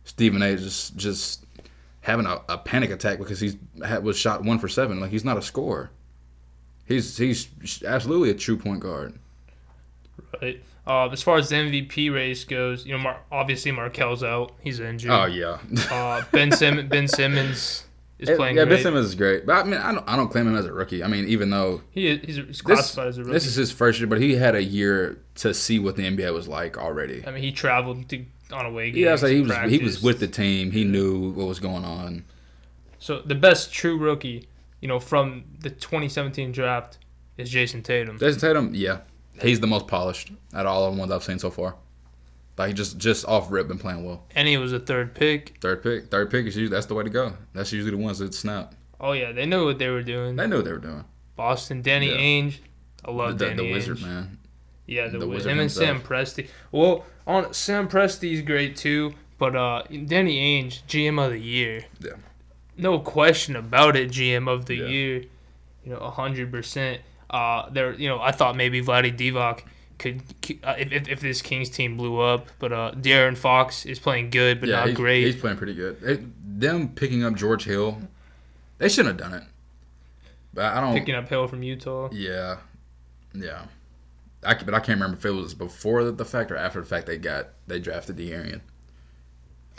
Speaker 2: Stephen A. just just having a, a panic attack because he's had, was shot one for seven. Like he's not a scorer. He's he's absolutely a true point guard.
Speaker 1: Right. Uh, as far as the MVP race goes, you know, Mar- obviously Markel's out. He's injured.
Speaker 2: Oh yeah.
Speaker 1: Uh, ben Sim- Ben Simmons is
Speaker 2: yeah,
Speaker 1: playing
Speaker 2: Ben
Speaker 1: great.
Speaker 2: Simmons is great, but I mean, I don't, I don't claim him as a rookie. I mean, even though
Speaker 1: he is, he's, he's
Speaker 2: this,
Speaker 1: classified as a rookie.
Speaker 2: this is his first year, but he had a year to see what the NBA was like already.
Speaker 1: I mean, he traveled to, on away games.
Speaker 2: Yeah, I was like, he was he was
Speaker 1: practiced.
Speaker 2: with the team. He knew what was going on.
Speaker 1: So the best true rookie, you know, from the 2017 draft is Jason Tatum.
Speaker 2: Jason Tatum, yeah, he's the most polished out of all the ones I've seen so far. Like he just just off rip been playing well.
Speaker 1: And he was a third pick.
Speaker 2: Third pick, third pick is usually that's the way to go. That's usually the ones that snap.
Speaker 1: Oh yeah, they knew what they were doing.
Speaker 2: They knew what they were doing.
Speaker 1: Boston, Danny
Speaker 2: Yeah.
Speaker 1: Ainge. I
Speaker 2: The,
Speaker 1: love
Speaker 2: the-
Speaker 1: Danny
Speaker 2: the
Speaker 1: Ainge.
Speaker 2: wizard man.
Speaker 1: Yeah, the,
Speaker 2: The
Speaker 1: Wiz-
Speaker 2: wizard
Speaker 1: Him and Sam
Speaker 2: himself.
Speaker 1: Presti. Well, on Sam Presti's great too, but uh, Danny Ainge, GM of the year.
Speaker 2: Yeah.
Speaker 1: No question about it, GM of the
Speaker 2: Yeah.
Speaker 1: year. You know, hundred percent. Uh, there. You know, I thought maybe Vladi Divac could uh, if, if if this Kings team blew up, but uh, De'Aaron Fox is playing good, but
Speaker 2: yeah,
Speaker 1: not
Speaker 2: he's,
Speaker 1: great.
Speaker 2: He's playing pretty good. It, them picking up George Hill, they shouldn't have done it. But I don't.
Speaker 1: Picking up Hill from Utah.
Speaker 2: yeah, yeah. I, but I can't remember if it was before the fact or after the fact they got they drafted De'Arian.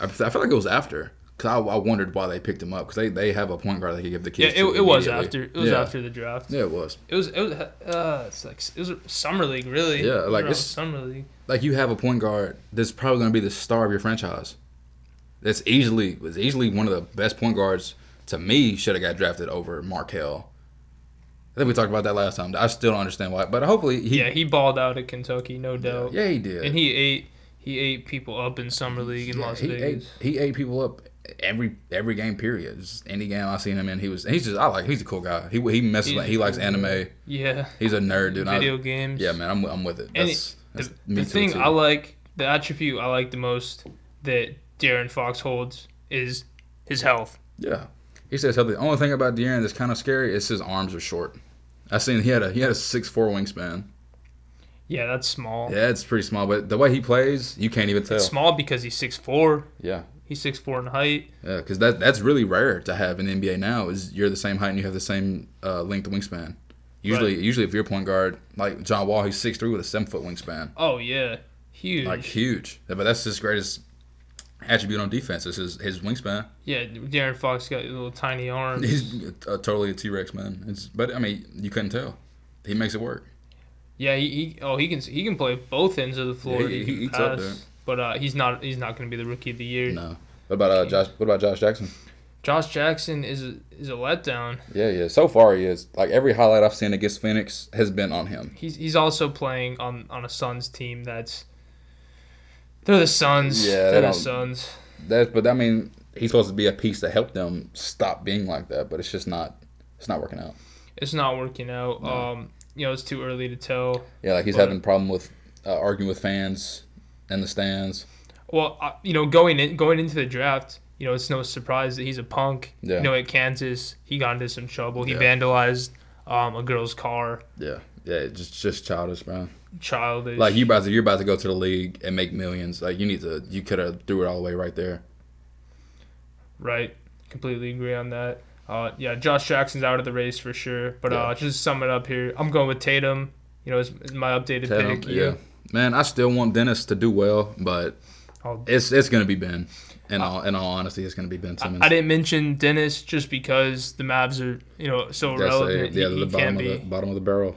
Speaker 2: I, I feel like it was after because I, I wondered why they picked him up because they, they have a point guard they could give the
Speaker 1: Yeah,
Speaker 2: kids.
Speaker 1: it,
Speaker 2: to
Speaker 1: it was
Speaker 2: immediately.
Speaker 1: after it was
Speaker 2: yeah.
Speaker 1: after the draft.
Speaker 2: Yeah, it was.
Speaker 1: It was it was uh it's like it was summer league really.
Speaker 2: Yeah, like,
Speaker 1: Around
Speaker 2: it's-
Speaker 1: summer league.
Speaker 2: Like you have a point guard that's probably going to be the star of your franchise. That's easily was easily one of the best point guards to me. Should have got drafted over Markel. I think we talked about that last time. I still don't understand why, but hopefully he.
Speaker 1: yeah, he balled out at Kentucky, no doubt.
Speaker 2: yeah, he did.
Speaker 1: And he ate he ate people up in summer league in
Speaker 2: Yeah,
Speaker 1: Las
Speaker 2: he
Speaker 1: Vegas.
Speaker 2: Ate, he ate people up every every game period. Just any game I seen him in, he was he's just I like he's a cool guy. He he messes
Speaker 1: He's
Speaker 2: like,
Speaker 1: a
Speaker 2: he likes
Speaker 1: cool
Speaker 2: anime.
Speaker 1: Yeah.
Speaker 2: He's a nerd, dude. I-
Speaker 1: Video games.
Speaker 2: yeah, man, I'm I'm with it.
Speaker 1: And
Speaker 2: That's, that's
Speaker 1: the,
Speaker 2: me
Speaker 1: the
Speaker 2: too,
Speaker 1: thing
Speaker 2: too.
Speaker 1: I like, the attribute I like the most that Darren Fox holds is his health.
Speaker 2: yeah, he says healthy. The only thing about De'Aaron that's kind of scary is his arms are short. I seen he had a he had a six four wingspan.
Speaker 1: Yeah, that's small.
Speaker 2: Yeah, it's pretty small, but the way he plays, you can't even tell.
Speaker 1: It's small because he's six four.
Speaker 2: Yeah,
Speaker 1: He's six four in height.
Speaker 2: yeah, because that that's really rare to have in the NBA now. Is you're the same height and you have the same uh, length wingspan. Usually, usually if you're a point guard like John Wall, he's six three with a seven foot wingspan.
Speaker 1: Oh yeah, huge.
Speaker 2: like huge. But that's his greatest attribute on defense is his, his wingspan.
Speaker 1: yeah, Darren Fox got little tiny arms.
Speaker 2: He's a, a totally a T Rex man. It's but I mean you couldn't tell. He makes it work.
Speaker 1: Yeah, he, he oh he can he can play both ends of the floor.
Speaker 2: Yeah, he-
Speaker 1: he,
Speaker 2: he
Speaker 1: can
Speaker 2: eats up there.
Speaker 1: pass, but uh, he's not he's not going to be the rookie of the year.
Speaker 2: No. What about uh, Josh? What about Josh Jackson?
Speaker 1: Josh Jackson is a, is a letdown.
Speaker 2: Yeah, yeah. So far he is like every highlight I've seen against Phoenix has been on him.
Speaker 1: He's he's also playing on on a Suns team that's they're the Suns.
Speaker 2: Yeah, they
Speaker 1: they're the
Speaker 2: don't-
Speaker 1: Suns.
Speaker 2: That's but I mean he's supposed to be a piece to help them stop being like that, but it's just not. It's not working out.
Speaker 1: It's not working out.
Speaker 2: No.
Speaker 1: Um, you know, it's too early to tell.
Speaker 2: Yeah, like he's
Speaker 1: But-
Speaker 2: having a problem with uh, arguing with fans in the stands.
Speaker 1: Well, uh, you know, going in going into the draft, you know, it's no surprise that he's a punk.
Speaker 2: Yeah.
Speaker 1: You know, at Kansas, he got into some trouble. He
Speaker 2: Yeah.
Speaker 1: vandalized um, a girl's car.
Speaker 2: Yeah, yeah. it's Just just childish, man.
Speaker 1: Childish.
Speaker 2: Like you about to, you're about to go to the league and make millions. Like you need to, you could have threw it all away right there.
Speaker 1: Right. Completely agree on that. Uh, yeah, Josh Jackson's out of the race for sure. But
Speaker 2: Yeah.
Speaker 1: uh, just to sum it up here, I'm going with Tatum. You know, is is my updated
Speaker 2: Tatum,
Speaker 1: pick.
Speaker 2: yeah.
Speaker 1: You?
Speaker 2: man, I still want Dennis to do well, but
Speaker 1: I'll-
Speaker 2: it's it's gonna be Ben. In all in all honesty, it's gonna be Ben Simmons.
Speaker 1: I didn't mention Dennis just because the Mavs are, you know, so
Speaker 2: That's a-
Speaker 1: relevant.
Speaker 2: yeah,
Speaker 1: he,
Speaker 2: the
Speaker 1: he
Speaker 2: bottom
Speaker 1: can
Speaker 2: of
Speaker 1: be.
Speaker 2: the bottom of the barrel.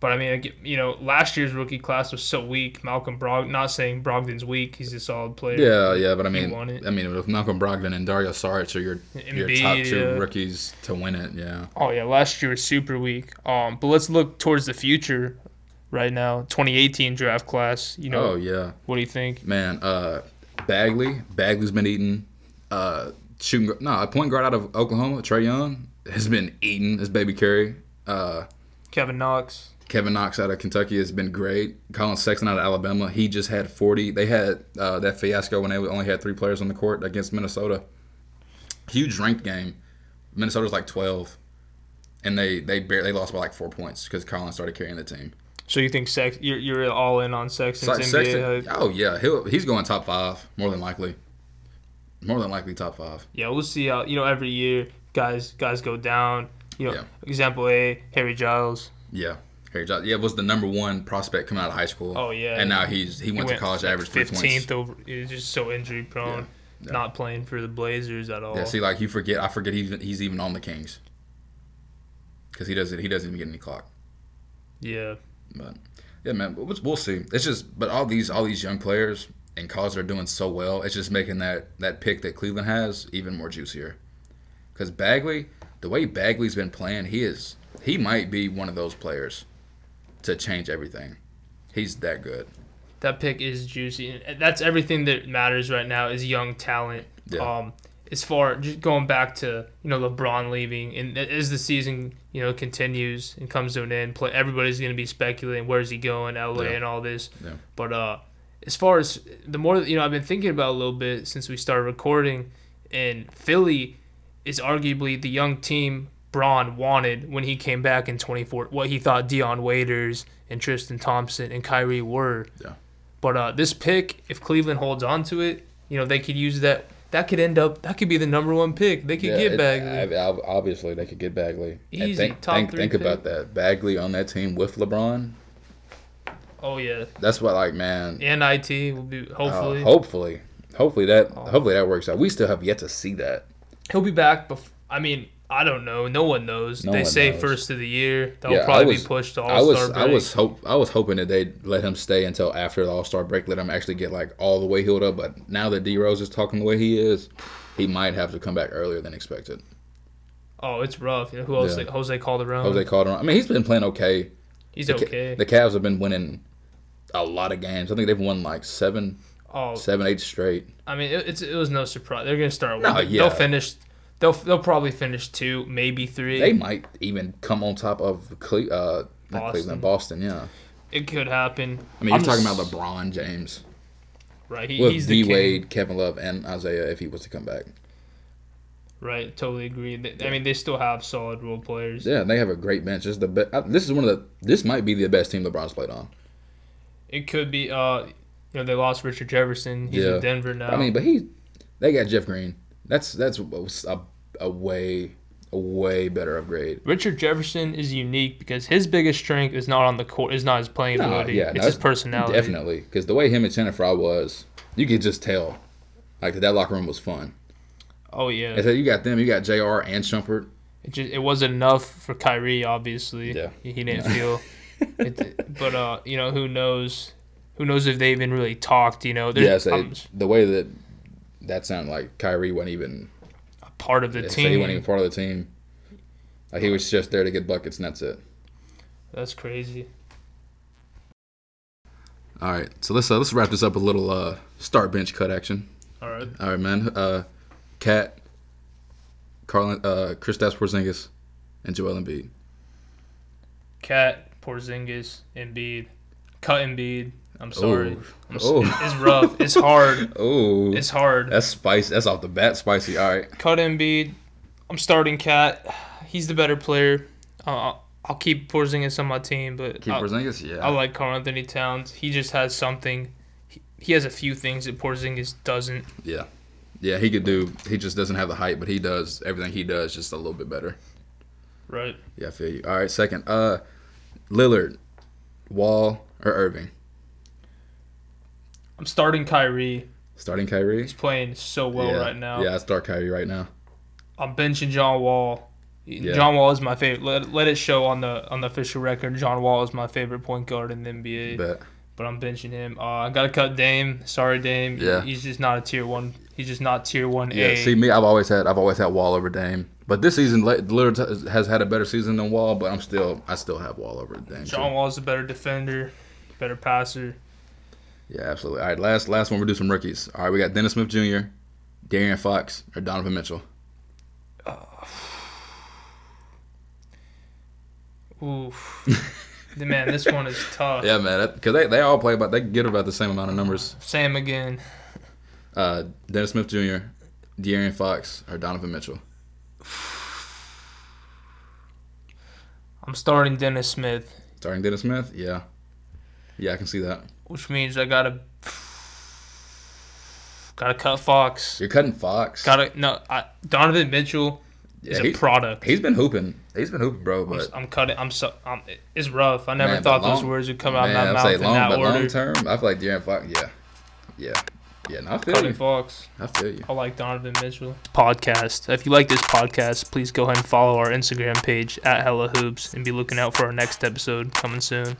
Speaker 1: But I mean, I get- you know, last year's rookie class was so weak. Malcolm Brog, not saying Brogdon's weak, he's a solid player.
Speaker 2: Yeah, yeah, but I mean,
Speaker 1: won it.
Speaker 2: I mean, if Malcolm Brogdon and Dario Saric are your your
Speaker 1: Embiid,
Speaker 2: top two
Speaker 1: yeah.
Speaker 2: rookies to win it, yeah,
Speaker 1: Oh yeah, last year was super weak. Um, but let's look towards the future. Right now, 2018 draft class. You know,
Speaker 2: oh yeah,
Speaker 1: what do you think?
Speaker 2: man. Uh, Bagley, Bagley's been eating. Uh, shooting gu- no, a point guard out of Oklahoma, Trey Young has been eating his baby carry. Uh,
Speaker 1: Kevin Knox.
Speaker 2: Kevin Knox out of Kentucky has been great. Colin Sexton out of Alabama, he just had 40. They had uh, that fiasco when they only had three players on the court against Minnesota. Huge ranked game. Minnesota's like 12, and they they bar- they lost by like four points because Colin started carrying the team.
Speaker 1: So you think Sex? You're, you're all in on
Speaker 2: So,
Speaker 1: Sexton's
Speaker 2: like,
Speaker 1: NBA
Speaker 2: Sexton,
Speaker 1: hype?
Speaker 2: oh yeah, he'll, he's going top five more than likely. More than likely top five.
Speaker 1: Yeah, we'll see how. You know, every year guys guys go down. You know,
Speaker 2: Yeah.
Speaker 1: example A, Harry Giles.
Speaker 2: Yeah. Harry Giles, yeah, was the number one prospect coming out of high school.
Speaker 1: Oh, yeah.
Speaker 2: and now he's he went, to college,
Speaker 1: like,
Speaker 2: average three points.
Speaker 1: 15th over. He's just so injury prone.
Speaker 2: Yeah.
Speaker 1: Not playing for the Blazers at all.
Speaker 2: Yeah, see, like you forget, I forget he's he's even on the Kings because he doesn't he doesn't even get any clock.
Speaker 1: yeah.
Speaker 2: But yeah, man, we'll, we'll see. It's just, but all these all these young players in college are doing so well. It's just making that that pick that Cleveland has even more juicier. Because Bagley, the way Bagley's been playing, he is he might be one of those players to change everything. He's that good.
Speaker 1: that pick is juicy. And that's everything that matters right now is young talent.
Speaker 2: Yeah.
Speaker 1: Um, as far just going back to you know LeBron leaving, and as the season you know continues and comes to an end, play, everybody's going to be speculating where's he going, LA,
Speaker 2: Yeah.
Speaker 1: and all this.
Speaker 2: Yeah.
Speaker 1: But uh, as far as the more you know, I've been thinking about it a little bit since we started recording, and Philly is arguably the young team Braun wanted when he came back in 24. What he thought Dion Waiters and Tristan Thompson and Kyrie were.
Speaker 2: Yeah.
Speaker 1: But uh, this pick, if Cleveland holds on to it, you know they could use that. That could end up. That could be the number one pick. They could get Bagley.
Speaker 2: obviously, they could get Bagley.
Speaker 1: Easy,
Speaker 2: think
Speaker 1: top
Speaker 2: think,
Speaker 1: three
Speaker 2: think
Speaker 1: pick.
Speaker 2: about that. Bagley on that team with LeBron.
Speaker 1: Oh yeah,
Speaker 2: That's what like man.
Speaker 1: NIT will be
Speaker 2: uh,
Speaker 1: hopefully
Speaker 2: hopefully, hopefully that
Speaker 1: Oh.
Speaker 2: hopefully that works out. We still have yet to see that.
Speaker 1: he'll be back. Bef- I mean, I don't know. No one knows.
Speaker 2: No
Speaker 1: they
Speaker 2: one
Speaker 1: say
Speaker 2: knows.
Speaker 1: first of the year. That'll
Speaker 2: Yeah, I
Speaker 1: probably
Speaker 2: was-
Speaker 1: be pushed to
Speaker 2: I
Speaker 1: All
Speaker 2: was
Speaker 1: Star break.
Speaker 2: I was hope I was hoping that they'd let him stay until after the All Star break, let him actually get like all the way healed up. But now that D Rose is talking the way he is, he might have to come back earlier than expected.
Speaker 1: Oh, it's rough. You know, who else?
Speaker 2: Yeah.
Speaker 1: Like Jose Calderon.
Speaker 2: Jose Calderon. I mean, he's been playing okay.
Speaker 1: He's
Speaker 2: The, Ca-
Speaker 1: okay.
Speaker 2: the Cavs have been winning a lot of games. I think they've won like seven,
Speaker 1: oh,
Speaker 2: seven, eight straight.
Speaker 1: I mean, it, it's it was no surprise. They're gonna start.
Speaker 2: No,
Speaker 1: winning.
Speaker 2: yeah.
Speaker 1: They'll finish. They'll they'll probably finish two, maybe three.
Speaker 2: They might even come on top of Cle- uh, not Cleveland, Boston. Yeah.
Speaker 1: it could happen.
Speaker 2: I mean, you're
Speaker 1: I'm
Speaker 2: talking
Speaker 1: s-
Speaker 2: about LeBron James
Speaker 1: right? He,
Speaker 2: with
Speaker 1: he's the
Speaker 2: D
Speaker 1: king.
Speaker 2: Wade, Kevin Love, and Isaiah if he was to come back.
Speaker 1: Right, totally agree. They- I mean, they still have solid role players.
Speaker 2: Yeah, they have a great bench. It's the be- I- This is one of the. This might be the best team LeBron's played on.
Speaker 1: It could be, uh, you know, they lost Richard Jefferson. He's
Speaker 2: Yeah.
Speaker 1: in Denver now.
Speaker 2: I mean, but he, they got Jeff Green. That's that's a, a way a way better upgrade.
Speaker 1: Richard Jefferson is unique because his biggest strength is not on the court, is not his playing
Speaker 2: Nah,
Speaker 1: ability.
Speaker 2: yeah,
Speaker 1: it's
Speaker 2: no,
Speaker 1: his
Speaker 2: it's
Speaker 1: personality.
Speaker 2: Definitely, because the way him and Tanner Fry was, you could just tell, like that, that locker room was fun.
Speaker 1: Oh yeah,
Speaker 2: And so you got them, you got Jr. and Shumpert.
Speaker 1: it, just, it wasn't enough for Kyrie. Obviously,
Speaker 2: Yeah.
Speaker 1: he, he didn't feel. It, but uh, you know, who knows? Who knows if they even really talked? You know,
Speaker 2: Yeah,
Speaker 1: they're
Speaker 2: so
Speaker 1: I'm
Speaker 2: it- the way that that sounded like Kyrie wasn't even
Speaker 1: a part of the
Speaker 2: so he
Speaker 1: team.
Speaker 2: wasn't even part of the team. Like he was just there to get buckets and that's it.
Speaker 1: That's crazy.
Speaker 2: All right, so let's uh, let's wrap this up with a little uh, start bench cut action.
Speaker 1: All right,
Speaker 2: All right, man. Uh, Cat, Carlin, uh, Kristaps Porzingis, and Joel Embiid.
Speaker 1: Cat, Porzingis, Embiid, cut Embiid. I'm sorry. I'm s-
Speaker 2: Oh.
Speaker 1: It's rough. It's hard.
Speaker 2: Oh,
Speaker 1: It's hard.
Speaker 2: that's spicy. That's off the bat spicy. All right.
Speaker 1: cut Embiid. I'm starting Cat. He's the better player. Uh, I'll keep Porzingis on my team, but
Speaker 2: Keep
Speaker 1: I,
Speaker 2: Porzingis. Yeah.
Speaker 1: I like Carl Anthony Towns. He just has something. He, he has a few things that Porzingis doesn't.
Speaker 2: yeah. Yeah, he could do. He just doesn't have the height, but he does everything he does just a little bit better.
Speaker 1: Right.
Speaker 2: Yeah, I feel you. All right, second. Uh, Lillard, Wall, or Irving.
Speaker 1: I'm starting Kyrie.
Speaker 2: Starting Kyrie.
Speaker 1: He's playing so well
Speaker 2: yeah.
Speaker 1: right now.
Speaker 2: Yeah, I start Kyrie right now.
Speaker 1: I'm benching John Wall. John Wall is my favorite. Let, let it show on the on the official record. John Wall is my favorite point guard in the NBA.
Speaker 2: But
Speaker 1: but I'm benching him. Uh, I gotta cut Dame. Sorry, Dame.
Speaker 2: Yeah.
Speaker 1: He's just not a tier one. He's just not tier one
Speaker 2: Yeah,
Speaker 1: A.
Speaker 2: see me, I've always had I've always had Wall over Dame, but this season Le- Lillard has- has had a better season than Wall, but I'm still I still have Wall over Dame. too.
Speaker 1: John Wall's a better defender, better passer.
Speaker 2: Yeah, absolutely. All right, last last one we will do some rookies. All right, we got Dennis Smith Jr., Darian Fox, or Donovan Mitchell.
Speaker 1: Oof. Man, this one is tough.
Speaker 2: Yeah, man, because they, they all play about they get about the same amount of numbers.
Speaker 1: Sam again.
Speaker 2: Uh, Dennis Smith Jr., Darian Fox, or Donovan Mitchell.
Speaker 1: I'm starting Dennis Smith,
Speaker 2: Starting Dennis Smith, yeah, yeah, I can see that.
Speaker 1: which means I gotta gotta cut Fox.
Speaker 2: You're cutting Fox.
Speaker 1: Gotta no. I, Donovan Mitchell is
Speaker 2: Yeah,
Speaker 1: a
Speaker 2: he-
Speaker 1: product.
Speaker 2: He's been hooping. He's been hooping, bro.
Speaker 1: I'm,
Speaker 2: But
Speaker 1: I'm cutting. I'm so. I'm, it's rough. I never
Speaker 2: Man, but
Speaker 1: thought those
Speaker 2: long-
Speaker 1: words would come out
Speaker 2: Man,
Speaker 1: of my
Speaker 2: I'd
Speaker 1: mouth
Speaker 2: say
Speaker 1: in
Speaker 2: long,
Speaker 1: that
Speaker 2: but
Speaker 1: order.
Speaker 2: long term, I feel like De'Aaron Fox. Yeah, yeah, yeah. No, I feel
Speaker 1: Cutting
Speaker 2: you.
Speaker 1: Fox.
Speaker 2: I feel you.
Speaker 1: I like Donovan Mitchell. Podcast. If you like this podcast, please go ahead and follow our Instagram page at Hella Hoops and be looking out for our next episode coming soon.